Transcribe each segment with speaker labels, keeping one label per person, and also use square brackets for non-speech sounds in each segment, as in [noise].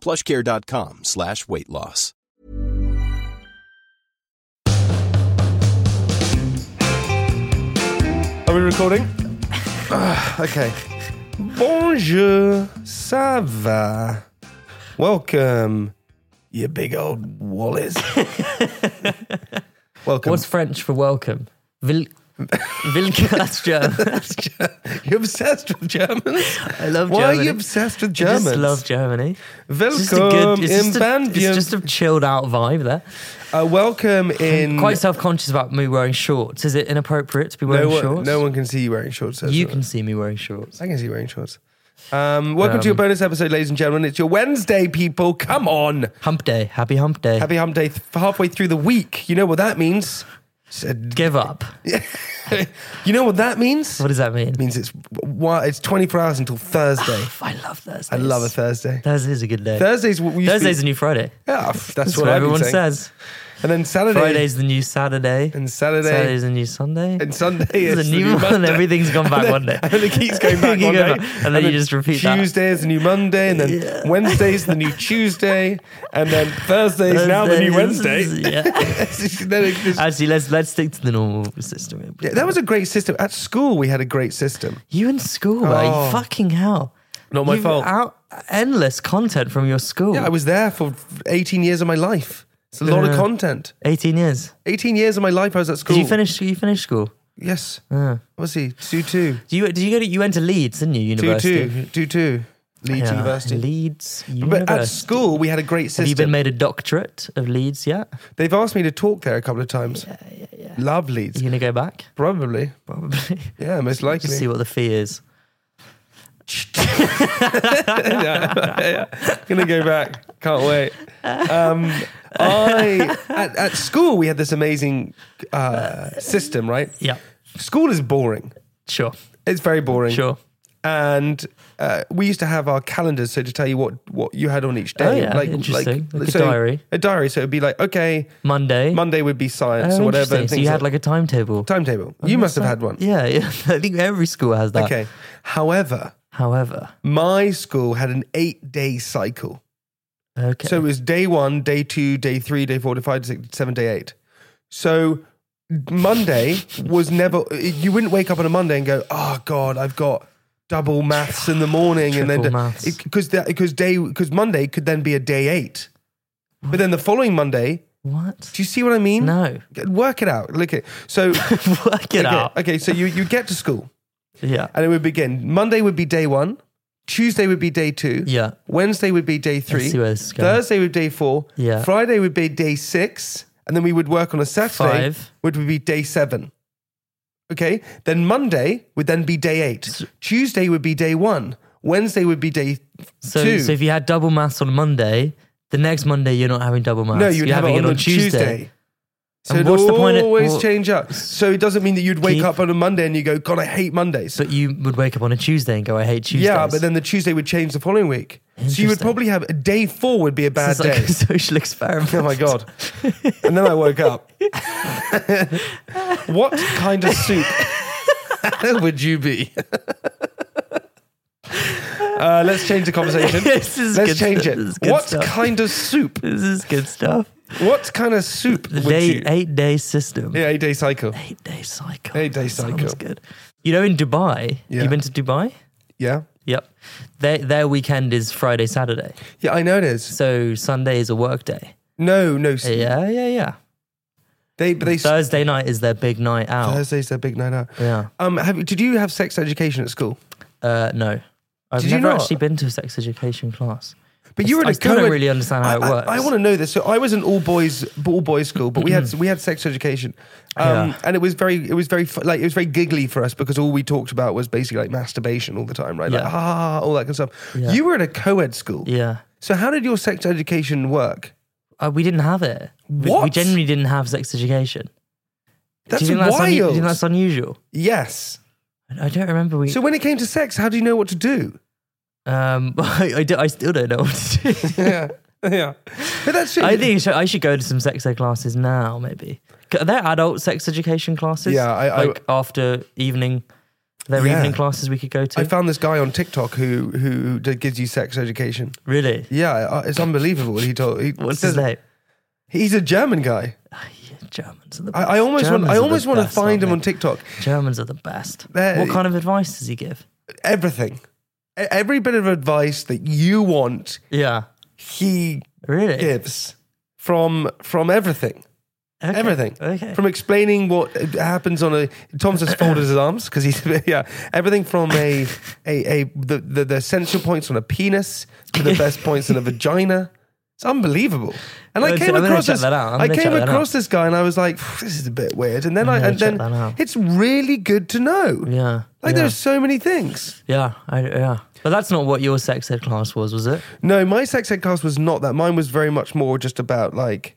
Speaker 1: Plushcare.com slash weight loss.
Speaker 2: Are we recording? Ah, okay. Bonjour, ça va? Welcome, you big old
Speaker 3: [laughs]
Speaker 2: Wallace. Welcome.
Speaker 3: What's French for welcome? [laughs] Vil- Wilke, that's German.
Speaker 2: [laughs] You're obsessed with Germans.
Speaker 3: I love
Speaker 2: Why
Speaker 3: Germany.
Speaker 2: are you obsessed with
Speaker 3: I
Speaker 2: Germans?
Speaker 3: just love Germany. It's just a
Speaker 2: Welcome
Speaker 3: good, it's,
Speaker 2: in
Speaker 3: just a, it's
Speaker 2: Banview.
Speaker 3: just a chilled out vibe there.
Speaker 2: Uh, welcome in.
Speaker 3: Quite self conscious about me wearing shorts. Is it inappropriate to be wearing
Speaker 2: Mm. no, one,
Speaker 3: shorts?
Speaker 2: no one can see you wearing shorts. that's
Speaker 3: You
Speaker 2: all.
Speaker 3: can see me wearing shorts.
Speaker 2: I can see you wearing shorts. Um, welcome to your bonus episode, ladies and gentlemen. It's your Wednesday, people. Come on.
Speaker 3: Hump day. Happy hump day.
Speaker 2: Happy hump day th- halfway through the week. You know what that means? Said-
Speaker 3: Give up.
Speaker 2: you know what that means?
Speaker 3: What does that mean?
Speaker 2: It
Speaker 3: [sighs]
Speaker 2: means it's why it's 24 hours until Thursday.
Speaker 3: I love Thursdays.
Speaker 2: I love a Thursday.
Speaker 3: Thursday's a good day.
Speaker 2: Thursdays what we used to
Speaker 3: Thursday's
Speaker 2: be-
Speaker 3: a new Friday.
Speaker 2: yeah, pff, that's,
Speaker 3: That's
Speaker 2: what,
Speaker 3: what
Speaker 2: I've been
Speaker 3: everyone
Speaker 2: saying.
Speaker 3: says.
Speaker 2: And then Saturday
Speaker 3: Friday's the new Saturday.
Speaker 2: and Saturday
Speaker 3: Saturday's the new Sunday.
Speaker 2: and Sunday
Speaker 3: It's
Speaker 2: is
Speaker 3: a new, [laughs]
Speaker 2: the new
Speaker 3: one.
Speaker 2: Monday.
Speaker 3: Everything's gone back one day.
Speaker 2: [laughs] And it keeps [laughs] going back
Speaker 3: You
Speaker 2: one
Speaker 3: go
Speaker 2: day.
Speaker 3: back, and then you just repeat that.
Speaker 2: Tuesday is the new Monday, and then Wednesday's Wednesday is the new Tuesday, and then Thursday is now the new Wednesday. [laughs]
Speaker 3: Thursdays, Yeah.
Speaker 2: Then it just-
Speaker 3: Actually, let's let's stick to the normal system.
Speaker 2: Yeah, that was a great system. At school, we had a great system.
Speaker 3: you in school, right?
Speaker 2: Oh.
Speaker 3: Fucking hell.
Speaker 2: Not my
Speaker 3: You've
Speaker 2: fault.
Speaker 3: Out, endless content from your school.
Speaker 2: Yeah, I was there for 18 years of my life. It's a lot of
Speaker 3: Yeah.
Speaker 2: content.
Speaker 3: 18 years.
Speaker 2: 18 years of my life, I was at school.
Speaker 3: Did you finish? You finished school?
Speaker 2: Yes. Was he? 2 2.
Speaker 3: Do you? Did you go? To, you went to Leeds, didn't you?
Speaker 2: 2
Speaker 3: University.
Speaker 2: 2. 2 2. Leeds
Speaker 3: Yeah,
Speaker 2: University.
Speaker 3: Leeds
Speaker 2: But
Speaker 3: University.
Speaker 2: at school, we had a great system.
Speaker 3: Have you been made a doctorate of Leeds yet?
Speaker 2: They've asked me to talk there a couple of times. Yeah, yeah, yeah. Love
Speaker 3: Are
Speaker 2: Leeds.
Speaker 3: you gonna go back?
Speaker 2: Probably.
Speaker 3: Probably.
Speaker 2: [laughs] Yeah, most
Speaker 3: to
Speaker 2: likely. [laughs]
Speaker 3: see what the fee is.
Speaker 2: [laughs] gonna go back. Can't wait.
Speaker 3: [laughs]
Speaker 2: Um, I at, at school we had this amazing uh, system, right?
Speaker 3: Yeah.
Speaker 2: School is boring.
Speaker 3: Sure.
Speaker 2: It's very boring.
Speaker 3: Sure.
Speaker 2: And uh, we used to have our calendars, so to tell you what what you had on each day.
Speaker 3: Oh, yeah. Interesting. Like a diary.
Speaker 2: A diary. So it'd be like, okay,
Speaker 3: Monday.
Speaker 2: Monday would be science
Speaker 3: Oh,
Speaker 2: or whatever.
Speaker 3: interesting.
Speaker 2: and
Speaker 3: So
Speaker 2: things
Speaker 3: you had like a timetable.
Speaker 2: timetable. You must have had one.
Speaker 3: Yeah, yeah. [laughs] I think every school has that.
Speaker 2: Okay. However,
Speaker 3: However,
Speaker 2: my school had an eight day cycle.
Speaker 3: okay.
Speaker 2: So it was day one, day two, day three, day four, day five, day six, seven, day eight. So Monday was never, you wouldn't wake up on a Monday and go, oh God, I've got double maths in the morning. and
Speaker 3: Triple
Speaker 2: then,
Speaker 3: maths.
Speaker 2: because because day, because Monday could then be a day eight. But then the following Monday,
Speaker 3: what?
Speaker 2: do you see what I mean?
Speaker 3: No. [laughs]
Speaker 2: Work it out. Look at so.
Speaker 3: Work it
Speaker 2: okay,
Speaker 3: out.
Speaker 2: Okay, so you, you get to school
Speaker 3: Yeah.
Speaker 2: and it would begin. Monday would be day one. Tuesday would be day two.
Speaker 3: Yeah.
Speaker 2: Wednesday would be day three.
Speaker 3: see where this is going.
Speaker 2: Thursday would be day four.
Speaker 3: Yeah.
Speaker 2: Friday would be day six. And then we would work on a Saturday,
Speaker 3: Five.
Speaker 2: which would be day seven. Okay. Then Monday would then be day eight. Tuesday would be day one. Wednesday would be day
Speaker 3: So,
Speaker 2: two.
Speaker 3: so if you had double maths on Monday, the next Monday you're not having double maths.
Speaker 2: no, you'd
Speaker 3: you're
Speaker 2: have it
Speaker 3: having
Speaker 2: on, the Tuesday. So
Speaker 3: And
Speaker 2: it'd
Speaker 3: what's the point of-
Speaker 2: always
Speaker 3: well-
Speaker 2: change up. So it doesn't mean that you'd wake
Speaker 3: Keith?
Speaker 2: up on a Monday and you go, God, I hate Mondays.
Speaker 3: But you would wake up on a Tuesday and go, I hate Tuesdays.
Speaker 2: Yeah, but then the Tuesday would change the following week. So you would
Speaker 3: Interesting.
Speaker 2: probably have a day four would be a bad
Speaker 3: this is like
Speaker 2: day.
Speaker 3: a [laughs] social experiment.
Speaker 2: Oh my god! And then I woke up. what kind of
Speaker 3: [laughs]
Speaker 2: soup would you be? uh, let's change the conversation.
Speaker 3: [laughs] [laughs] This is
Speaker 2: let's
Speaker 3: good
Speaker 2: change
Speaker 3: stuff.
Speaker 2: it.
Speaker 3: This is good
Speaker 2: What
Speaker 3: stuff.
Speaker 2: kind of soup?
Speaker 3: This is good stuff.
Speaker 2: What kind of soup
Speaker 3: The
Speaker 2: would
Speaker 3: day
Speaker 2: you?
Speaker 3: eight day system.
Speaker 2: yeah, eight day cycle.
Speaker 3: Eight day cycle.
Speaker 2: Eight-day
Speaker 3: That Sounds
Speaker 2: cycle.
Speaker 3: good. You know, in Dubai,
Speaker 2: Yeah.
Speaker 3: you've been to Dubai.
Speaker 2: Yeah,
Speaker 3: Yep. Their their weekend is Friday, Saturday.
Speaker 2: yeah, I know it is.
Speaker 3: So Sunday is a work day.
Speaker 2: No, no, s-
Speaker 3: Yeah, yeah, yeah.
Speaker 2: they but they s-
Speaker 3: Thursday night is their big night out.
Speaker 2: Thursday's their big night out.
Speaker 3: Yeah.
Speaker 2: Um, have, you- did you have sex education at school?
Speaker 3: Uh, no. I've
Speaker 2: Did you
Speaker 3: never
Speaker 2: not?
Speaker 3: actually been to a sex education class.
Speaker 2: But you were in
Speaker 3: I
Speaker 2: a
Speaker 3: still
Speaker 2: co-ed-
Speaker 3: don't really understand how
Speaker 2: I,
Speaker 3: it works. Mm-hmm.
Speaker 2: I, want to know this. So I was an all boys all boys school, but we had we had sex education, um,
Speaker 3: Yeah.
Speaker 2: and it was very it was very fu- like it was very giggly for us because all we talked about was basically like masturbation all the time, right? Like
Speaker 3: Yeah.
Speaker 2: ah, all that kind of stuff.
Speaker 3: Yeah.
Speaker 2: You were at a co-ed school,
Speaker 3: yeah.
Speaker 2: so how did your sex education work?
Speaker 3: Uh, we didn't have it. We- We
Speaker 2: What?
Speaker 3: generally didn't have sex education.
Speaker 2: That's
Speaker 3: do you think that's, unu- do you
Speaker 2: wild.
Speaker 3: think that's unusual?
Speaker 2: yes.
Speaker 3: I I don't remember. We,
Speaker 2: So when it came to sex, how do you know what to
Speaker 3: [laughs]
Speaker 2: do?
Speaker 3: um, [laughs] I, I, do- I still don't know what to do.
Speaker 2: yeah, yeah. But that's
Speaker 3: I think so- I should go to some sex ed classes now, maybe. C- Are there adult sex education classes?
Speaker 2: Yeah, I- I-
Speaker 3: like after evening, are there
Speaker 2: Yeah.
Speaker 3: evening classes we could go to?
Speaker 2: I found this guy on TikTok who who d- gives you sex education.
Speaker 3: really?
Speaker 2: Yeah, uh, it's unbelievable. He told. He
Speaker 3: What's
Speaker 2: says-
Speaker 3: his name?
Speaker 2: He's a German guy.
Speaker 3: Yeah, Germans are the
Speaker 2: I,
Speaker 3: best.
Speaker 2: I almost want.
Speaker 3: Germans
Speaker 2: I
Speaker 3: are the
Speaker 2: almost want to
Speaker 3: best,
Speaker 2: find
Speaker 3: aren't
Speaker 2: him
Speaker 3: they?
Speaker 2: on TikTok.
Speaker 3: Germans are the best.
Speaker 2: They're-
Speaker 3: what kind of advice does he give?
Speaker 2: Everything, E- every bit of advice that you want,
Speaker 3: Yeah,
Speaker 2: he
Speaker 3: really.
Speaker 2: gives from from everything.
Speaker 3: Okay.
Speaker 2: Everything.
Speaker 3: Okay.
Speaker 2: From explaining what happens on a Tom's just folded his arms because he's [laughs] yeah everything from a a, a the, the the essential points on a penis to the best points on a vagina. It's unbelievable. And I
Speaker 3: I'm
Speaker 2: came
Speaker 3: gonna
Speaker 2: across
Speaker 3: check
Speaker 2: this.
Speaker 3: that out. I'm
Speaker 2: I
Speaker 3: gonna
Speaker 2: came
Speaker 3: check that
Speaker 2: across this guy and I was like, this is a bit weird. And then I
Speaker 3: gonna
Speaker 2: and
Speaker 3: check
Speaker 2: then
Speaker 3: that out.
Speaker 2: it's really good to know.
Speaker 3: yeah.
Speaker 2: Like
Speaker 3: yeah.
Speaker 2: there's so many things.
Speaker 3: Yeah. I, yeah. But that's not what your sex ed class was, was it?
Speaker 2: No, my sex ed class was not that. Mine was very much more just about like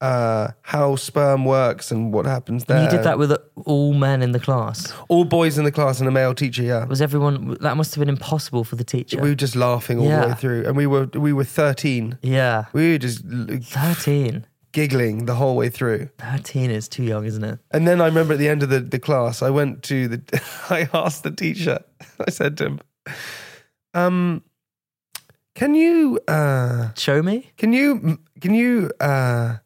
Speaker 2: uh how sperm works and what happens there.
Speaker 3: You did that with all men in the class.
Speaker 2: all boys in the class and a male teacher. Yeah,
Speaker 3: Was everyone? That must have been impossible for the teacher.
Speaker 2: we were just laughing all the way
Speaker 3: Yeah.
Speaker 2: through, and we were we were thirteen.
Speaker 3: yeah.
Speaker 2: We were just l-
Speaker 3: 13.
Speaker 2: giggling the whole way through.
Speaker 3: 13 is too young, isn't it?
Speaker 2: And then I remember at the end of the, the class, I went to the. [laughs] I asked the teacher. [laughs] I said to him, "Um, can you uh,
Speaker 3: Show me.
Speaker 2: can you can you uh,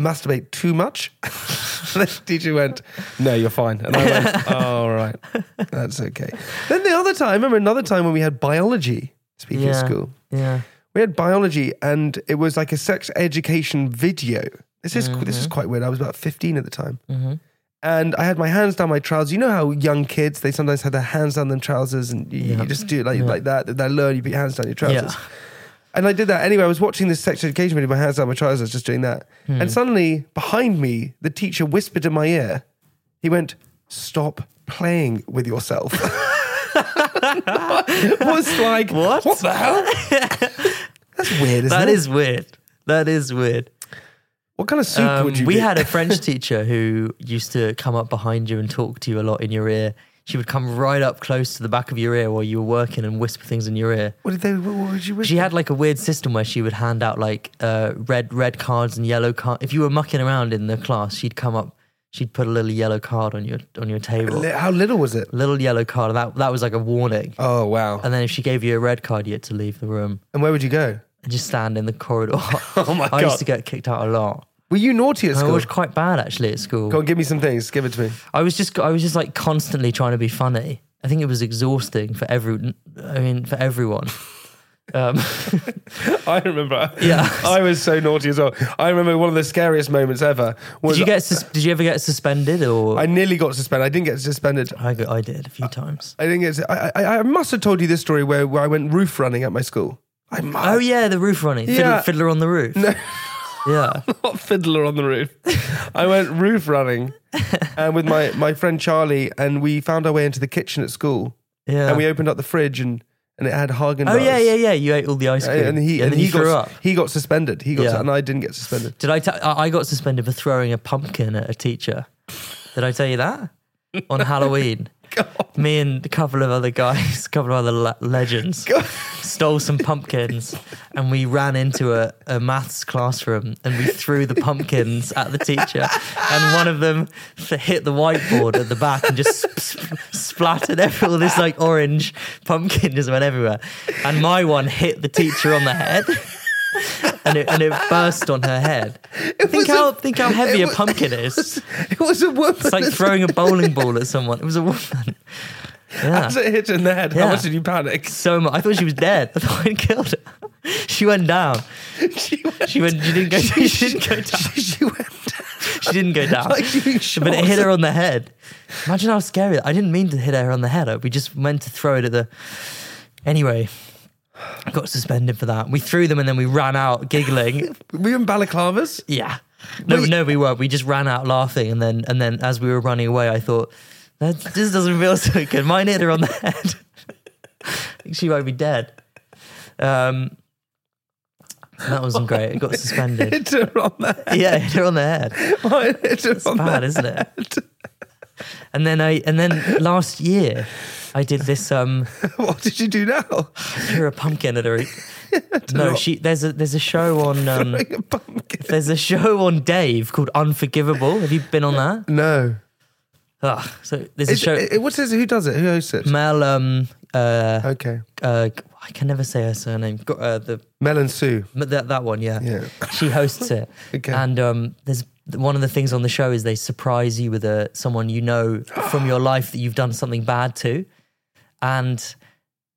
Speaker 2: masturbate too much?" [laughs] the teacher went, "No, you're fine." And I went, "Oh, all right, that's okay." Then the other time, I remember another time when we had biology. Speaking of
Speaker 3: Yeah.
Speaker 2: school,
Speaker 3: Yeah.
Speaker 2: we had biology, and it was like a sex education video. This is this
Speaker 3: Mm-hmm.
Speaker 2: is quite weird. I was about fifteen at the time,
Speaker 3: Mhm.
Speaker 2: and I had my hands down my trousers. You know how young kids they sometimes have their hands down their trousers, and you, you
Speaker 3: Yeah.
Speaker 2: just do it like
Speaker 3: Yeah.
Speaker 2: like that. They're low, and you put your hands down your trousers.
Speaker 3: Yeah.
Speaker 2: And I did that anyway. I was watching this sex education video, my hands down my trousers, just doing that.
Speaker 3: Hmm.
Speaker 2: And suddenly, behind me, the teacher whispered in my ear. He went, "Stop playing with
Speaker 3: [laughs]
Speaker 2: yourself." [laughs] was like,
Speaker 3: What?
Speaker 2: What the
Speaker 3: [laughs]
Speaker 2: hell? That's weird. Isn't
Speaker 3: That
Speaker 2: it?
Speaker 3: is weird. That is weird.
Speaker 2: What kind of soup
Speaker 3: Um,
Speaker 2: would you?
Speaker 3: we
Speaker 2: be? [laughs]
Speaker 3: had a French teacher who used to come up behind you and talk to you a lot in your ear. She would come right up close to the back of your ear while you were working and whisper things in your ear.
Speaker 2: What did they? What, what would you wish?
Speaker 3: She had like a weird system where she would hand out like uh, red red cards and yellow card. If you were mucking around in the class, she'd come up. She'd put a little yellow card on your on your table.
Speaker 2: Li- How little was it?
Speaker 3: Little yellow card. and That that was like a warning.
Speaker 2: Oh wow!
Speaker 3: And then if she gave you a red card, you had to leave the room
Speaker 2: And where would you go?
Speaker 3: and just stand in the corridor.
Speaker 2: [laughs] Oh my God.
Speaker 3: I used to get kicked out a lot.
Speaker 2: Were you naughty at
Speaker 3: I
Speaker 2: school?
Speaker 3: was quite bad actually at school.
Speaker 2: Go on, give me some things. Give it to me.
Speaker 3: I was just I was just like constantly trying to be funny. I think it was exhausting for every I mean for
Speaker 2: [laughs]
Speaker 3: everyone. Um,
Speaker 2: [laughs] I remember.
Speaker 3: Yeah.
Speaker 2: [laughs] I was so naughty as well. I remember one of the scariest moments ever was
Speaker 3: did you get sus- did you ever get suspended or
Speaker 2: I nearly got suspended. I didn't get suspended.
Speaker 3: I, got- I did a few times.
Speaker 2: I didn't get. I, I, I must have told you this story where, where I went roof running at my school. I must.
Speaker 3: Oh yeah, the roof running. Fiddler,
Speaker 2: Yeah.
Speaker 3: fiddler on the roof. Yeah.
Speaker 2: not fiddler on the roof. I went roof running, and with my my friend Charlie, and we found our way into the kitchen at school,
Speaker 3: Yeah.
Speaker 2: and we opened up the fridge and and it had Hagen.
Speaker 3: oh yeah, yeah, yeah. You ate all the ice cream.
Speaker 2: And he and,
Speaker 3: then
Speaker 2: he
Speaker 3: you threw
Speaker 2: got
Speaker 3: up.
Speaker 2: he got suspended. He got
Speaker 3: Yeah.
Speaker 2: and I didn't get suspended. [laughs]
Speaker 3: Did I t- I I got suspended for throwing a pumpkin at a teacher. Did I tell you that?
Speaker 2: [laughs]
Speaker 3: On Halloween. Me and a couple of other guys, [laughs] a couple of other le- legends, stole some pumpkins and we ran into a, a maths classroom and we threw the pumpkins at the teacher. And one of them f- hit the whiteboard at the back and just sp- sp- splattered every, all this like orange pumpkin just went everywhere. And my one hit the teacher on the head and it, and it burst on her head.
Speaker 2: was
Speaker 3: think how
Speaker 2: a-
Speaker 3: think how heavy
Speaker 2: it
Speaker 3: a
Speaker 2: was-
Speaker 3: pumpkin is.
Speaker 2: It was a woman.
Speaker 3: It's like
Speaker 2: [laughs]
Speaker 3: throwing a bowling ball at someone. It was a woman. Yeah.
Speaker 2: As it hit in the head, how
Speaker 3: Yeah.
Speaker 2: much did you panic? [laughs]
Speaker 3: So much. I thought she was dead. I thought I'd killed her. She went down.
Speaker 2: She went.
Speaker 3: She went. She didn't go. [laughs] She, didn't go down.
Speaker 2: She, [laughs] she went.
Speaker 3: She didn't go down. [laughs]
Speaker 2: Like doing
Speaker 3: but it
Speaker 2: shots.
Speaker 3: hit her on the head. Imagine how scary. I didn't mean to hit her on the head. We just meant to throw it at the. Anyway, I got suspended for that. We threw them and then we ran out giggling.
Speaker 2: Were you in balaclavas?
Speaker 3: Yeah. No,
Speaker 2: Wait.
Speaker 3: no, we weren't. We just ran out laughing, and then and then as we were running away, I thought that this doesn't feel so good. Mine hit her on the [laughs] head. I think she might be dead. Um, And that wasn't great. It
Speaker 2: [laughs]
Speaker 3: got suspended.
Speaker 2: Hit her on the head.
Speaker 3: yeah, [laughs] hit her on the head.
Speaker 2: Why hit her on the
Speaker 3: Bad, isn't it? And then I and then last year I did this um
Speaker 2: [laughs]
Speaker 3: [laughs]
Speaker 2: What did you do now?
Speaker 3: threw a pumpkin at her.
Speaker 2: [laughs]
Speaker 3: No, she there's a there's a show on um
Speaker 2: Like a pumpkin.
Speaker 3: there's a show on Dave called Unforgivable. Have you been on that?
Speaker 2: No.
Speaker 3: Ugh, so there's a
Speaker 2: It's,
Speaker 3: show
Speaker 2: it, what's this? Who does it? Who hosts it?
Speaker 3: Mel um uh
Speaker 2: okay.
Speaker 3: uh I can never say her surname. Go- Uh, the
Speaker 2: Mel and Sue.
Speaker 3: But that that one, yeah.
Speaker 2: Yeah.
Speaker 3: She hosts it.
Speaker 2: [laughs] Okay.
Speaker 3: And um, there's one of the things on the show is they surprise you with a someone you
Speaker 2: [gasps]
Speaker 3: know from your life that you've done something bad to, and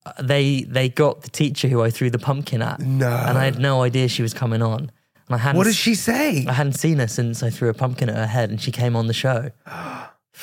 Speaker 3: uh, they they got the teacher who I threw the pumpkin at.
Speaker 2: No.
Speaker 3: And I had no idea she was coming on, and I hadn't.
Speaker 2: what does
Speaker 3: s-
Speaker 2: she say?
Speaker 3: I hadn't seen her since I threw a pumpkin at her head, and she came on the
Speaker 2: [gasps]
Speaker 3: show.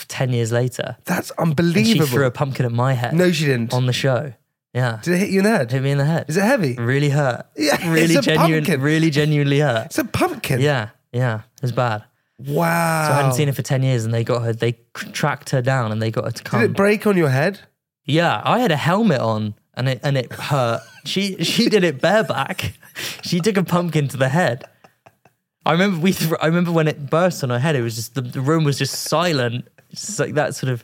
Speaker 3: Ten years later,
Speaker 2: That's
Speaker 3: and she
Speaker 2: unbelievable.
Speaker 3: threw a pumpkin at my head.
Speaker 2: no, she didn't.
Speaker 3: on the show. Yeah,
Speaker 2: Did it hit you in the head?
Speaker 3: hit Mm. me in the head.
Speaker 2: Is it heavy?
Speaker 3: Really hurt.
Speaker 2: Yeah, it's
Speaker 3: really
Speaker 2: a
Speaker 3: genuine.
Speaker 2: pumpkin.
Speaker 3: Really genuinely hurt.
Speaker 2: It's a pumpkin.
Speaker 3: Yeah, yeah, it was bad.
Speaker 2: Wow.
Speaker 3: I hadn't seen her for ten years, and they got her. They c- tracked her down, and they got her to
Speaker 2: Did
Speaker 3: come.
Speaker 2: it break on your head?
Speaker 3: yeah, I had a helmet on, and it and it hurt. she she did it bareback. She took a pumpkin to the head. I remember we. Th- I remember when it burst on her head. It was just the, the room was just silent. Just like that sort of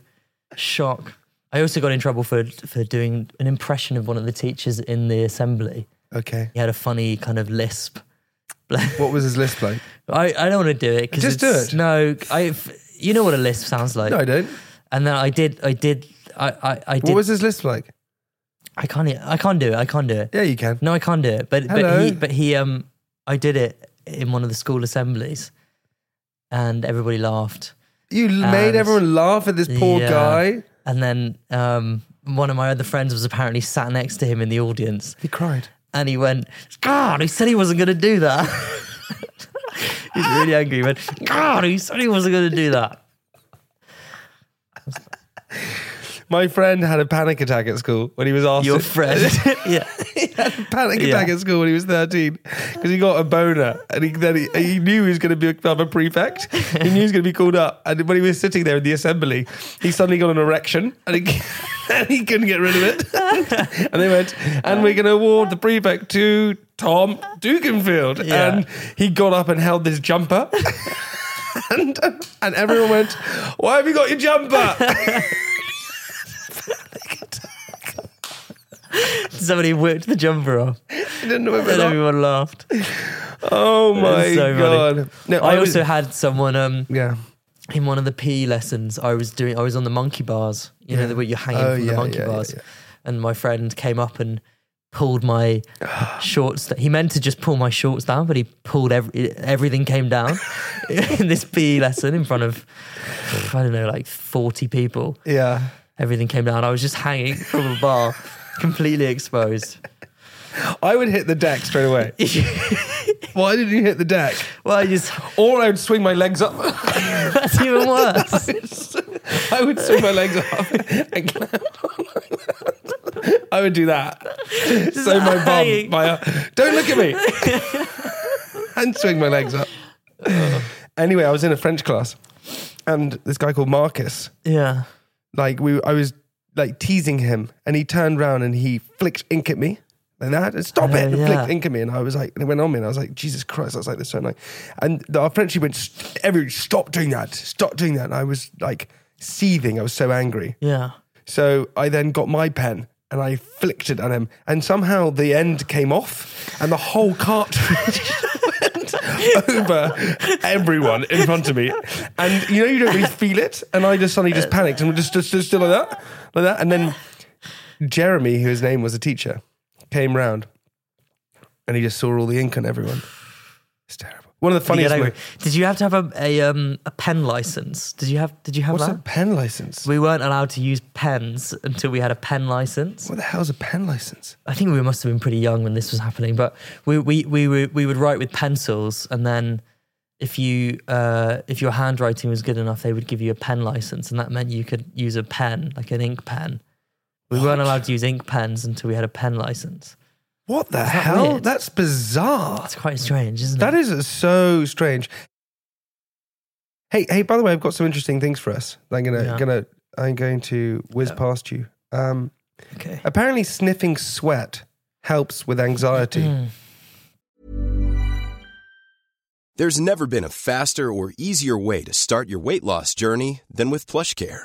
Speaker 3: shock. I also got in trouble for for doing an impression of one of the teachers in the assembly.
Speaker 2: Okay.
Speaker 3: He had a funny kind of lisp. [laughs]
Speaker 2: What was his list like?
Speaker 3: I, I don't want to do it because
Speaker 2: Just do it.
Speaker 3: No, I you know what a lisp sounds like.
Speaker 2: No, I don't.
Speaker 3: And then I did I did I I, I
Speaker 2: What
Speaker 3: did
Speaker 2: was his list like?
Speaker 3: I can't e, I can't do it I can't do it.
Speaker 2: Yeah, you can.
Speaker 3: No, I can't do it. But but
Speaker 2: Hello.
Speaker 3: he but he um I did it in one of the school assemblies, and everybody laughed.
Speaker 2: You l- made
Speaker 3: And-
Speaker 2: everyone laugh at this poor
Speaker 3: Yeah.
Speaker 2: guy.
Speaker 3: And then um one of my other friends was apparently sat next to him in the audience,
Speaker 2: He cried.
Speaker 3: and he went, God, he said he wasn't going to do that. [laughs] He's really angry. He went, God, he said he wasn't going to do that.
Speaker 2: My friend had a panic attack at school when he was asked. [laughs]
Speaker 3: Your
Speaker 2: to-
Speaker 3: friend. [laughs] yeah.
Speaker 2: panic
Speaker 3: Yeah.
Speaker 2: attack at school when he was 13 because he got a boner and he, then he, he knew he was going to become a prefect. He knew he was going to be called up. And when he was sitting there in the assembly, he suddenly got an erection and he, [laughs] and he couldn't get rid of it. [laughs] and they went, and we're going to award the prefect to Tom Dukenfield.
Speaker 3: Yeah.
Speaker 2: And he got up and held this jumper. [laughs] and, and everyone went, Why have you got your jumper? [laughs]
Speaker 3: Somebody whipped the jumper off,
Speaker 2: I didn't know
Speaker 3: and
Speaker 2: whether or not-
Speaker 3: everyone laughed.
Speaker 2: Oh my
Speaker 3: It's so
Speaker 2: God.
Speaker 3: funny.
Speaker 2: No,
Speaker 3: I,
Speaker 2: was-
Speaker 3: also had someone um,
Speaker 2: Yeah.
Speaker 3: in one of the PE lessons. I was doing. I was on the monkey bars. You know,
Speaker 2: Yeah.
Speaker 3: the way you're hanging
Speaker 2: Oh,
Speaker 3: from
Speaker 2: yeah,
Speaker 3: the monkey
Speaker 2: yeah, yeah,
Speaker 3: bars.
Speaker 2: yeah.
Speaker 3: And my friend came up and
Speaker 2: [sighs]
Speaker 3: pulled my shorts. That he meant to just pull my shorts down, but he pulled every everything
Speaker 2: [laughs]
Speaker 3: came down in this PE lesson in front of I don't know, like forty people.
Speaker 2: Yeah.
Speaker 3: Everything came down. I was just hanging from a
Speaker 2: [laughs]
Speaker 3: bar, completely exposed.
Speaker 2: I would hit the deck straight
Speaker 3: [laughs]
Speaker 2: away. Why didn't you hit the deck?
Speaker 3: Well, I just
Speaker 2: Or I would swing my legs up. [laughs]
Speaker 3: that's even worse.
Speaker 2: I would swing my legs
Speaker 3: [laughs]
Speaker 2: up and clamp on like that. I would do that. So my bum,
Speaker 3: hanging.
Speaker 2: my don't look at me,
Speaker 3: [laughs]
Speaker 2: and swing my legs up. Anyway, I was in a French class, and this guy called Marcus.
Speaker 3: Yeah.
Speaker 2: like we I was like teasing him and he turned round and he flicked ink at me like that and stop it
Speaker 3: Oh,
Speaker 2: and
Speaker 3: yeah.
Speaker 2: flicked ink at me and I was like and it went on me and I was like Jesus Christ I was like this so annoying and the, our friendship went "St- everybody stop doing that stop doing that and I was like seething I was so angry
Speaker 3: Yeah.
Speaker 2: so I then got my pen and I flicked it at him and somehow the end came off and the whole [laughs] cartridge over everyone in front of me. And you know, you don't really feel it. And I just suddenly just panicked and just stood just, still like that, like that. And then Jeremy, who his name was a teacher, came round and he just saw all the ink on everyone. It's terrible. One of the
Speaker 3: Did you,
Speaker 2: funniest.
Speaker 3: get
Speaker 2: mo-
Speaker 3: angry? Did you have to have a, a um a pen license? Did you have Did you have
Speaker 2: What's a
Speaker 3: that?
Speaker 2: pen license?
Speaker 3: We weren't allowed to use pens until we had a pen license.
Speaker 2: What the hell's a pen license?
Speaker 3: I think we must have been pretty young when this was happening, but we we we were, we would write with pencils, and then if you uh, if your handwriting was good enough, they would give you a pen license, and that meant you could use a pen, like an ink pen. We weren't allowed to use ink pens until we had a pen license.
Speaker 2: What the
Speaker 3: that
Speaker 2: hell?
Speaker 3: weird?
Speaker 2: That's bizarre.
Speaker 3: That's quite strange, isn't
Speaker 2: That
Speaker 3: it?
Speaker 2: is so strange. Hey, hey! By the way, I've got some interesting things for us. that I'm gonna,
Speaker 3: Yeah.
Speaker 2: gonna, I'm going to whiz
Speaker 3: Yeah.
Speaker 2: past you. Um,
Speaker 3: okay. Mm-hmm. Hmm.
Speaker 2: apparently, sniffing sweat helps with anxiety.
Speaker 3: Mm.
Speaker 1: There's never been a faster or easier way to start your weight loss journey than with PlushCare.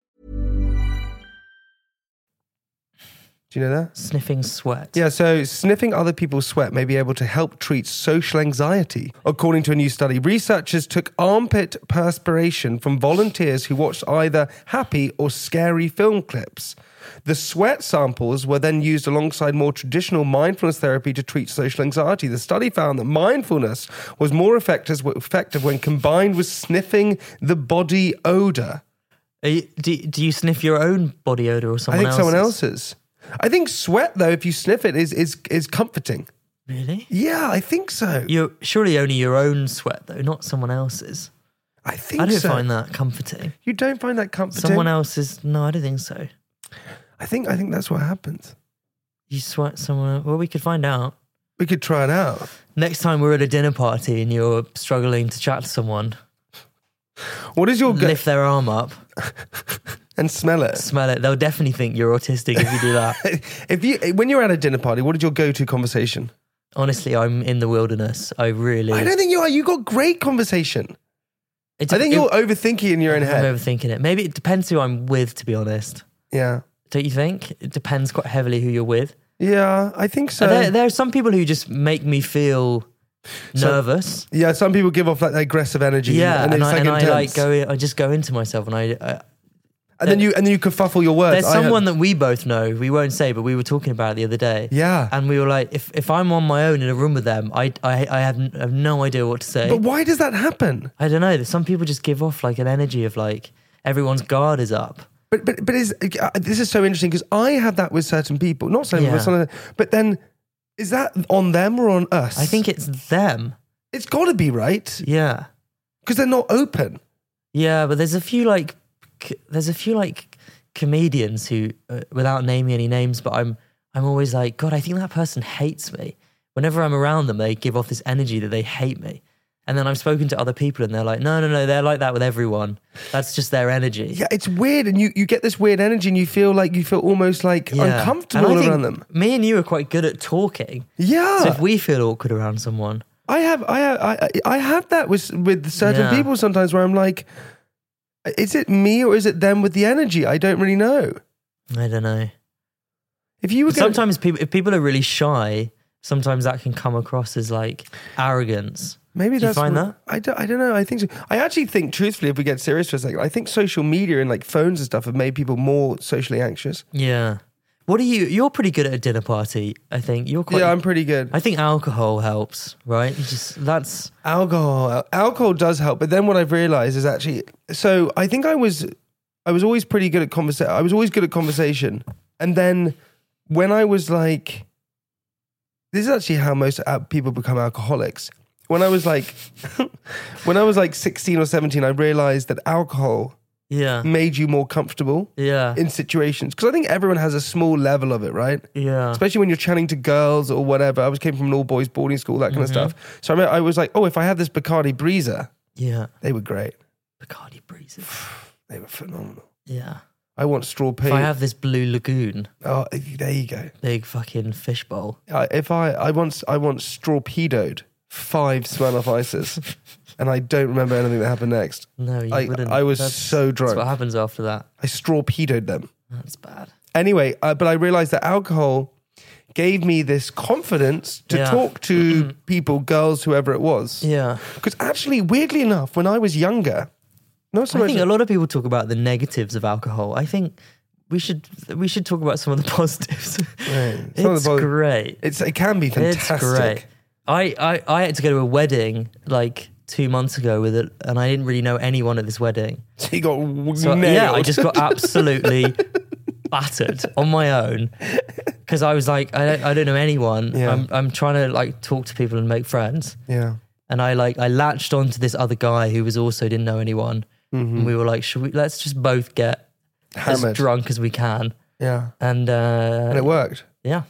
Speaker 2: Do you know that?
Speaker 3: Sniffing sweat.
Speaker 2: Yeah, so sniffing other people's sweat may be able to help treat social anxiety. According to a new study, researchers took armpit perspiration from volunteers who watched either happy or scary film clips. The sweat samples were then used alongside more traditional mindfulness therapy to treat social anxiety. The study found that mindfulness was more effective effective when combined with sniffing the body odor.
Speaker 3: Are you, do, do you sniff your own body odor or
Speaker 2: I
Speaker 3: someone
Speaker 2: think
Speaker 3: else?
Speaker 2: someone else's. I think sweat though, if you sniff it, is is is comforting.
Speaker 3: Really?
Speaker 2: Yeah, I think so.
Speaker 3: You surely only your own sweat though, not someone else's.
Speaker 2: I think
Speaker 3: I don't
Speaker 2: so.
Speaker 3: find that comforting.
Speaker 2: You don't find that comforting.
Speaker 3: Someone else's? No, I don't think so.
Speaker 2: I think I think that's what happens.
Speaker 3: You sweat someone. Well, we could find out
Speaker 2: We could try it out.
Speaker 3: next time we're at a dinner party and you're struggling to chat to someone.
Speaker 2: What is your gut
Speaker 3: Lift their arm up,
Speaker 2: and smell it? [laughs]
Speaker 3: smell it. They'll definitely think you're autistic if you do that.
Speaker 2: If you when you're at a dinner party, what is your go-to conversation?
Speaker 3: Honestly, I'm in the wilderness. I really.
Speaker 2: I don't think you are. You got great conversation.
Speaker 3: It's-
Speaker 2: I think
Speaker 3: it-
Speaker 2: you're overthinking in your own
Speaker 3: I'm
Speaker 2: head.
Speaker 3: overthinking it. Maybe it depends who I'm with. To be honest,
Speaker 2: Yeah,
Speaker 3: don't you think? It depends quite heavily who you're with.
Speaker 2: yeah, I think so.
Speaker 3: But there, there are some people who just make me feel nervous.
Speaker 2: yeah, some people give off that aggressive energy.
Speaker 3: yeah, and,
Speaker 2: and, it's
Speaker 3: I,
Speaker 2: like
Speaker 3: and I like
Speaker 2: intense.
Speaker 3: go. I just go into myself, and I. I
Speaker 2: and then you and then you kerfuffle your words.
Speaker 3: there's
Speaker 2: I heard-
Speaker 3: someone that we both know. We won't say, but we were talking about it the other day.
Speaker 2: Yeah.
Speaker 3: and we were like, if if I'm on my own in a room with them, I I, I have, n- have no idea what to say.
Speaker 2: But why does that happen?
Speaker 3: I don't know. Some people just give off like an energy of like everyone's guard is up.
Speaker 2: But but but is uh, this is so interesting because I have that with certain people, not certain
Speaker 3: Yeah.
Speaker 2: people, some of them, but then is that on them or on us?
Speaker 3: I think it's them.
Speaker 2: it's got to be right
Speaker 3: Yeah.
Speaker 2: because they're not open.
Speaker 3: Yeah, but there's a few like c- there's a few like comedians who, uh, without naming any names, but I'm I'm always like, God, I think that person hates me. Whenever I'm around them, they give off this energy that they hate me. And then I've spoken to other people, and they're like, No, no, no, they're like that with everyone. That's just their energy.
Speaker 2: Yeah, it's weird, and you you get this weird energy, and you feel like you feel almost like
Speaker 3: Yeah.
Speaker 2: uncomfortable
Speaker 3: And I
Speaker 2: around
Speaker 3: think
Speaker 2: them. Ah.
Speaker 3: Me and you are quite good at talking. So
Speaker 2: Yeah,
Speaker 3: if we feel awkward around someone,
Speaker 2: I have I have I, I have that with with certain
Speaker 3: Yeah.
Speaker 2: people sometimes where I'm like, is it me or is it them with the energy? I don't really know.
Speaker 3: I don't know.
Speaker 2: If you were going
Speaker 3: Sometimes people, if people are really shy, sometimes that can come across as like arrogance.
Speaker 2: Maybe
Speaker 3: Do you
Speaker 2: that's
Speaker 3: find
Speaker 2: what-
Speaker 3: that?
Speaker 2: I don't, I don't know. I think so. I actually think, truthfully, if we get serious for a second, I think social media and like phones and stuff have made people more socially anxious.
Speaker 3: Yeah. What are you? You're pretty good at a dinner party. I think you're quite.
Speaker 2: yeah, I'm pretty good.
Speaker 3: I think alcohol helps, right? You just that's
Speaker 2: alcohol, al- alcohol does help, but then what I've realized is actually. So I think I was, I was always pretty good at conversation. I was always good at conversation, and then when I was like, this is actually how most al- people become alcoholics. When I was like, [laughs] when I was like 16 or 17, I realized that alcohol
Speaker 3: yeah,
Speaker 2: made you more comfortable.
Speaker 3: yeah,
Speaker 2: Mm. in situations because I think everyone has a small level of it, right?
Speaker 3: yeah.
Speaker 2: Especially when you're chatting to girls or whatever. I was came from an all boys boarding school, that kind
Speaker 3: Mm-hmm.
Speaker 2: of stuff. So I, remember I was like, oh, if I had this Bacardi Breezer,
Speaker 3: Yeah,
Speaker 2: they were great.
Speaker 3: Bacardi breezes.
Speaker 2: They were phenomenal.
Speaker 3: Yeah.
Speaker 2: I want straw pea.
Speaker 3: If I have this blue lagoon,
Speaker 2: oh, there you go.
Speaker 3: big fucking fishbowl.
Speaker 2: I, if I I want I want torpedoed five smell of
Speaker 3: [laughs]
Speaker 2: ices, and I don't remember anything that happened next.
Speaker 3: No, you
Speaker 2: I-
Speaker 3: wouldn't.
Speaker 2: I was so
Speaker 3: That's
Speaker 2: drunk.
Speaker 3: what happens after that.
Speaker 2: I torpedoed them.
Speaker 3: That's bad.
Speaker 2: anyway, uh, but I realized that alcohol gave me this confidence to
Speaker 3: Yeah.
Speaker 2: talk to people, girls, whoever it was.
Speaker 3: Yeah.
Speaker 2: Because actually, weirdly enough, when I was younger, not so
Speaker 3: I
Speaker 2: much.
Speaker 3: think a lot of people talk about the negatives of alcohol. I think we should we should talk about some of the [laughs] positives.
Speaker 2: Right. Some of the
Speaker 3: it's
Speaker 2: posi-
Speaker 3: great.
Speaker 2: it's it can be fantastic. [laughs]
Speaker 3: It's great. I, I, I had to go to a wedding like two months ago with it, and I didn't really know anyone at this wedding.
Speaker 2: So you got w-
Speaker 3: So
Speaker 2: nailed.
Speaker 3: yeah,
Speaker 2: [laughs]
Speaker 3: I just got absolutely battered on my own because I was like, I don't, I don't know anyone.
Speaker 2: Yeah.
Speaker 3: I'm, I'm trying to like talk to people and make friends,
Speaker 2: yeah.
Speaker 3: and I like I
Speaker 2: Mm-hmm.
Speaker 3: latched onto this other guy who was also didn't know anyone, and we were like, should we? Let's just both get
Speaker 2: Hammered.
Speaker 3: as drunk as we can.
Speaker 2: Yeah.
Speaker 3: And, uh,
Speaker 2: And it worked.
Speaker 3: yeah,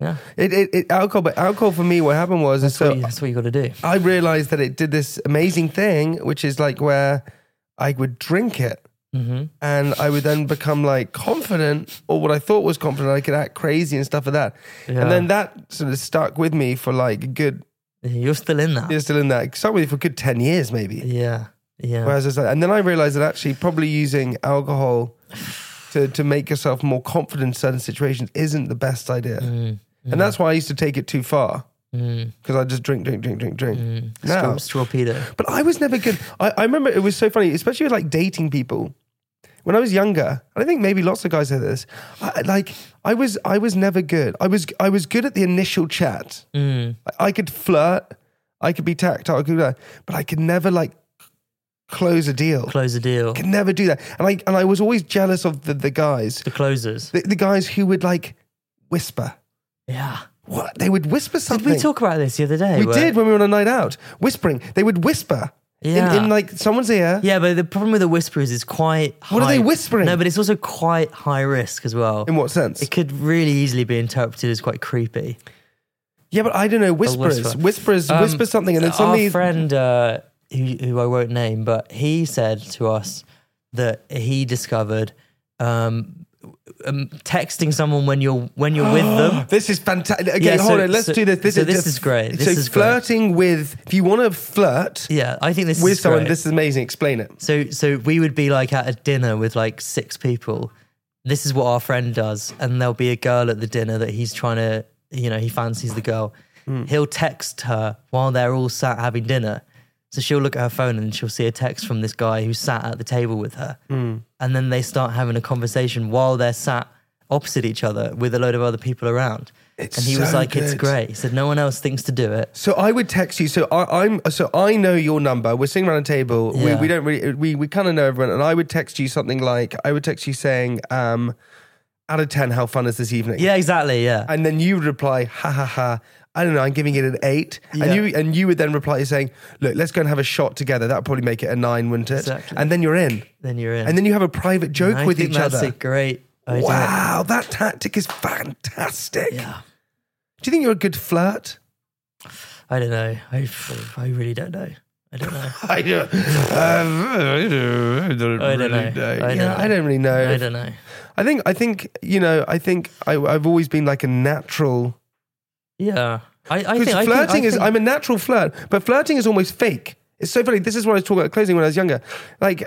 Speaker 3: yeah.
Speaker 2: It, it, it alcohol, but alcohol for me, what happened was, is
Speaker 3: That's,
Speaker 2: so
Speaker 3: what you, that's what you got to do.
Speaker 2: I realized that it did this amazing thing, which is like where I would drink it
Speaker 3: hmm
Speaker 2: and I would then become like confident, or what I thought was confident. I could act crazy and stuff like that.
Speaker 3: Yeah.
Speaker 2: And then that sort of stuck with me for like a good,
Speaker 3: You're still in that.
Speaker 2: it's still in that, stuck with me for a good 10 years maybe.
Speaker 3: Yeah, yeah.
Speaker 2: Whereas it's like, and then I realized that actually probably using alcohol to, to make yourself more confident in certain situations isn't the best idea.
Speaker 3: Mm,
Speaker 2: And that's why I used to take it too far
Speaker 3: mm,
Speaker 2: because I just drink, drink, drink, drink, drink.
Speaker 3: mm.
Speaker 2: Now-
Speaker 3: Straw, straw Peter.
Speaker 2: But I was never good. I, I remember it was so funny, especially with like dating people. When I was younger, and I think maybe lots of guys say this. I, I- like I was, I was never good. I was, I was good at the initial chat.
Speaker 3: Mm,
Speaker 2: I, I could flirt, I could be tactile, I could do that, but I could never like close a deal.
Speaker 3: close the deal.
Speaker 2: could never do that, and I and I was always jealous of the, the guys,
Speaker 3: The closers.
Speaker 2: the, the guys who would like whisper.
Speaker 3: Yeah.
Speaker 2: What they would whisper
Speaker 3: Did
Speaker 2: something.
Speaker 3: we talk about this the other day?
Speaker 2: We
Speaker 3: where-
Speaker 2: did when we were on a night out, whispering. They would whisper
Speaker 3: Yeah.
Speaker 2: in, in like someone's ear.
Speaker 3: Yeah, but the problem with the whisper is it's quite.
Speaker 2: What are
Speaker 3: high-
Speaker 2: they whispering?
Speaker 3: No, but it's also quite high risk as well.
Speaker 2: In what sense?
Speaker 3: It could really easily be interpreted as quite creepy.
Speaker 2: yeah, but I don't know. Whisperers,
Speaker 3: whisper.
Speaker 2: whisperers,
Speaker 3: Um,
Speaker 2: whisper something, and then suddenly,
Speaker 3: Our friend, uh, who, who I won't name, but he said to us that he discovered um, um, texting someone when you're when
Speaker 2: [gasps]
Speaker 3: you're with them.
Speaker 2: this is fantastic. Okay,
Speaker 3: Yeah, so-
Speaker 2: hold on. Let's
Speaker 3: so-
Speaker 2: do this. This,
Speaker 3: so
Speaker 2: is,
Speaker 3: this
Speaker 2: just-
Speaker 3: is great. This
Speaker 2: so
Speaker 3: is great.
Speaker 2: flirting with, if you want to flirt
Speaker 3: Yeah, I think this
Speaker 2: with
Speaker 3: is
Speaker 2: someone,
Speaker 3: great.
Speaker 2: this is amazing. Explain it.
Speaker 3: So so we would be like at a dinner with like six people. This is what our friend does, and there'll be a girl at the dinner that he's trying to, you know, he fancies the girl.
Speaker 2: Hmm.
Speaker 3: He'll text her while they're all sat having dinner. So she'll look at her phone and she'll see a text from this guy who sat at the table with her.
Speaker 2: Hmm.
Speaker 3: And then they start having a conversation while they're sat opposite each other with a load of other people around.
Speaker 2: It's
Speaker 3: and he was
Speaker 2: so
Speaker 3: like, it's
Speaker 2: good.
Speaker 3: great. He said, no one else thinks to do it.
Speaker 2: So I would text you. So I, I'm. So I know your number. We're sitting around a table.
Speaker 3: Yeah.
Speaker 2: We, we don't really. We we kind of know everyone. And I would text you something like I would text you saying, um, out of ten, how fun is this evening?
Speaker 3: Yeah, exactly. Yeah.
Speaker 2: and then you would reply, ha ha ha. I don't know. I'm giving it an eight,
Speaker 3: Yeah.
Speaker 2: and you and you would then reply saying, "Look, let's go and have a shot together. That'd probably make it a nine, wouldn't it?"
Speaker 3: Exactly.
Speaker 2: And then you're in,
Speaker 3: then you're in.
Speaker 2: and then you have a private joke
Speaker 3: I
Speaker 2: with
Speaker 3: think
Speaker 2: each
Speaker 3: that's
Speaker 2: other.
Speaker 3: a great idea.
Speaker 2: Wow, that tactic is fantastic.
Speaker 3: Yeah.
Speaker 2: Do you think you're a good flirt?
Speaker 3: I don't know. I, [sighs] I really don't know. I don't know.
Speaker 2: I don't, I don't
Speaker 3: Oh, I don't
Speaker 2: really
Speaker 3: know. I don't
Speaker 2: Yeah,
Speaker 3: know.
Speaker 2: I don't really know.
Speaker 3: I
Speaker 2: [laughs] I,
Speaker 3: don't know.
Speaker 2: think. I think. You know. I think. I, I've always been like a natural.
Speaker 3: Yeah. I, I think
Speaker 2: Because
Speaker 3: I
Speaker 2: flirting
Speaker 3: think- I
Speaker 2: is.
Speaker 3: think-
Speaker 2: I'm a natural flirt, but flirting is almost fake. It's so funny. This is what I was talking about closing when I was younger. Like,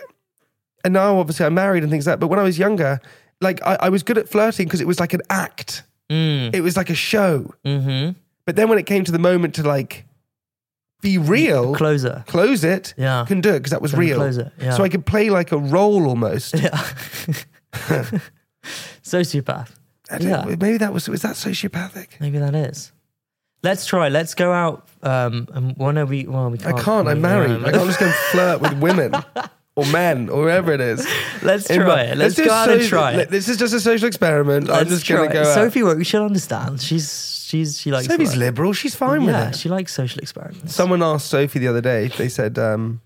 Speaker 2: and now obviously I'm married and things like that. But when I was younger, like I, I was good at flirting because it was like an act.
Speaker 3: Mm,
Speaker 2: It was like a show.
Speaker 3: mm-hmm.
Speaker 2: But then when it came to the moment to like be real,
Speaker 3: Closer.
Speaker 2: close it,
Speaker 3: Yeah.
Speaker 2: can do it because that was real.
Speaker 3: Close it. Yeah.
Speaker 2: So I could play like a role
Speaker 3: [laughs]
Speaker 2: almost.
Speaker 3: yeah. Sociopath.
Speaker 2: I don't-
Speaker 3: Yeah.
Speaker 2: Maybe that was was that sociopathic?
Speaker 3: Maybe that is. Let's try. Let's go out. Um. And well, no, we. Well, we
Speaker 2: I
Speaker 3: can't.
Speaker 2: can't. I'm
Speaker 3: we-
Speaker 2: married.
Speaker 3: um,
Speaker 2: I can't just go and flirt with women or men or whoever it is.
Speaker 3: [laughs] Let's
Speaker 2: In
Speaker 3: try
Speaker 2: my-
Speaker 3: it. Let's,
Speaker 2: do
Speaker 3: go out and
Speaker 2: social-
Speaker 3: try
Speaker 2: let-
Speaker 3: it.
Speaker 2: This is just a social experiment. I'm
Speaker 3: Let's
Speaker 2: just
Speaker 3: try
Speaker 2: gonna
Speaker 3: it.
Speaker 2: go out.
Speaker 3: Sophie, we should understand. She's she's she likes.
Speaker 2: Sophie's
Speaker 3: work.
Speaker 2: liberal. She's fine
Speaker 3: Yeah,
Speaker 2: with it.
Speaker 3: she likes social experiments.
Speaker 2: Someone asked Sophie the other day. They said, um,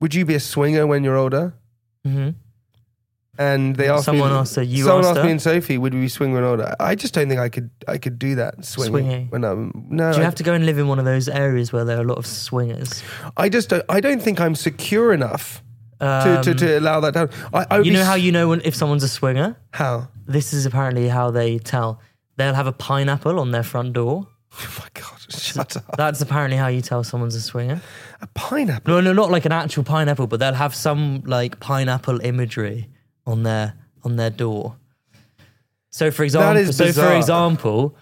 Speaker 2: "Would you be a swinger when you're older?"
Speaker 3: hmm
Speaker 2: And they asked
Speaker 3: Someone
Speaker 2: me,
Speaker 3: asked her, you
Speaker 2: someone
Speaker 3: asked
Speaker 2: asked
Speaker 3: her?
Speaker 2: me and Sophie, "Would we be swinging when older?" I just don't think I could. I could do that swinging.
Speaker 3: Swinging.
Speaker 2: When I'm no,
Speaker 3: Do you
Speaker 2: I-
Speaker 3: have to go and live in one of those areas where there are a lot of swingers?
Speaker 2: I just don't. I don't think I'm secure enough to,
Speaker 3: Um,
Speaker 2: to, to allow that down. I, I would
Speaker 3: you
Speaker 2: be
Speaker 3: know
Speaker 2: s-
Speaker 3: how you know when, if someone's a swinger?
Speaker 2: how. [laughs]
Speaker 3: This is apparently how they tell. They'll have a pineapple on their front door.
Speaker 2: Oh my god! Shut up.
Speaker 3: That's apparently how you tell someone's a swinger.
Speaker 2: A
Speaker 3: [laughs]
Speaker 2: pineapple.
Speaker 3: No, no, not like an actual pineapple, but they'll have some like pineapple imagery on their on their door. So, for example,
Speaker 2: is
Speaker 3: so for
Speaker 2: bizarre.
Speaker 3: example,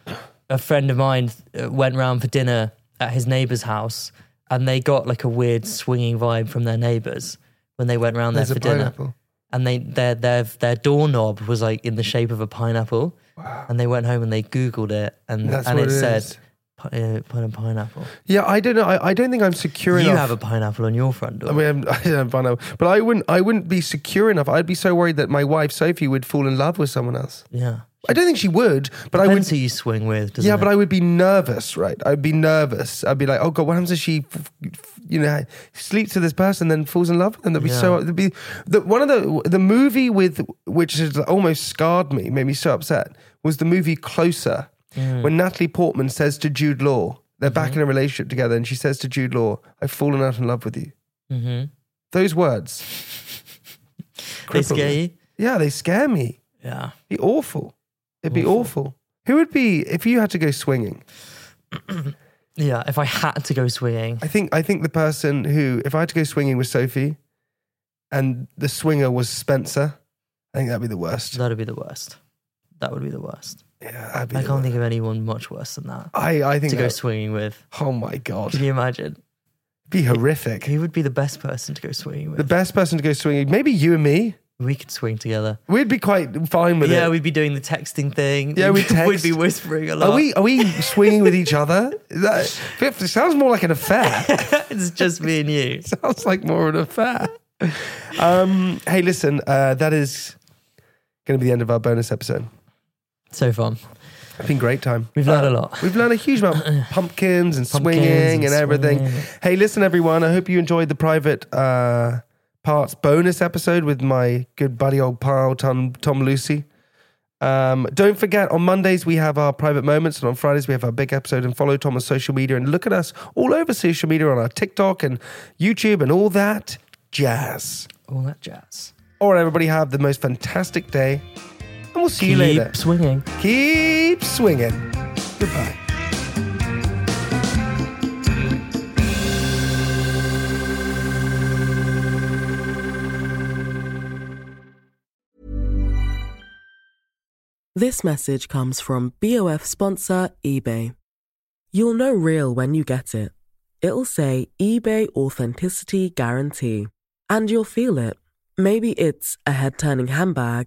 Speaker 3: a friend of mine uh, went round for dinner at his neighbour's house, and they got like a weird swinging vibe from their neighbours when they went round there
Speaker 2: There's
Speaker 3: for
Speaker 2: a
Speaker 3: dinner.
Speaker 2: pineapple.
Speaker 3: and they their their their doorknob was like in the shape of a pineapple. And they went home and they Googled it, and
Speaker 2: That's
Speaker 3: and
Speaker 2: what
Speaker 3: it,
Speaker 2: it
Speaker 3: said
Speaker 2: is.
Speaker 3: pi- uh, put a pineapple.
Speaker 2: Yeah, I don't know. I, I don't think I'm secure
Speaker 3: you
Speaker 2: enough.
Speaker 3: have a pineapple on your front door.
Speaker 2: I mean, I'm, [laughs] I don't have a pineapple, but I wouldn't. I wouldn't be secure enough. I'd be so worried that my wife Sophie would fall in love with someone else.
Speaker 3: yeah,
Speaker 2: I don't think she would, but I would.
Speaker 3: Depends who you swing with, doesn't
Speaker 2: Yeah,
Speaker 3: it?
Speaker 2: but I would be nervous, right? I'd be nervous. I'd be like, oh god, what happens if she, f- f- you know, sleeps with this person, then falls in love with them? That'd be so. That'd be the, one of the the movie with which has almost scarred me, made me so upset. Was the movie Closer, when Natalie Portman says to Jude Law, they're back in a relationship together, and she says to Jude Law, "I've fallen out in love with you."
Speaker 3: mm-hmm.
Speaker 2: Those words,
Speaker 3: They
Speaker 2: cripple
Speaker 3: scare
Speaker 2: me.
Speaker 3: you.
Speaker 2: yeah, they scare me.
Speaker 3: Yeah.
Speaker 2: It'd be awful. It'd be awful. Who would be if you had to go swinging?
Speaker 3: Yeah. If I had to go swinging,
Speaker 2: I think I think the person who, if I had to go swinging with Sophie, and the swinger was Spencer, I think that'd be the worst.
Speaker 3: that'd be the worst. That would be the worst.
Speaker 2: Yeah, that'd be
Speaker 3: I
Speaker 2: the
Speaker 3: can't
Speaker 2: worst.
Speaker 3: think of anyone much worse than that
Speaker 2: I I think
Speaker 3: to go
Speaker 2: that,
Speaker 3: swinging with.
Speaker 2: oh my
Speaker 3: Can
Speaker 2: god,
Speaker 3: you imagine?
Speaker 2: be horrific.
Speaker 3: Who would be the best person to go swinging
Speaker 2: The
Speaker 3: with?
Speaker 2: best person to go swinging, maybe you and me.
Speaker 3: we could swing together.
Speaker 2: We'd be quite fine with
Speaker 3: yeah,
Speaker 2: it.
Speaker 3: we'd be doing the texting thing.
Speaker 2: Yeah, we'd
Speaker 3: [laughs] we'd
Speaker 2: text.
Speaker 3: be whispering a lot.
Speaker 2: Are we are we swinging with each other? Is That, it sounds more like an
Speaker 3: [laughs]
Speaker 2: affair.
Speaker 3: it's just me
Speaker 2: [laughs]
Speaker 3: and you.
Speaker 2: sounds like more an affair. Um, hey, listen, uh, that is going to be the end of our bonus episode.
Speaker 3: So fun.
Speaker 2: It's been a great time.
Speaker 3: We've learned a lot.
Speaker 2: We've learned a huge amount
Speaker 3: [laughs]
Speaker 2: pumpkins and
Speaker 3: Pumpkins
Speaker 2: swinging and,
Speaker 3: and
Speaker 2: everything.
Speaker 3: swinging.
Speaker 2: Hey, listen, everyone. I hope you enjoyed the private uh, parts bonus episode with my good buddy, old pal, Tom, Tom Lucy. Um, don't forget, on Mondays we have our private moments, and on Fridays we have our big episode. And follow Tom on social media and look at us all over social media on our TikTok and YouTube and all that jazz.
Speaker 3: All that jazz.
Speaker 2: All right, everybody, have the most fantastic day, and we'll see you later.
Speaker 3: Keep swinging.
Speaker 2: Keep swinging. Goodbye.
Speaker 4: This message comes from BOF sponsor eBay. You'll know real when you get it. It'll say eBay Authenticity Guarantee. And you'll feel it. Maybe it's a head turning handbag,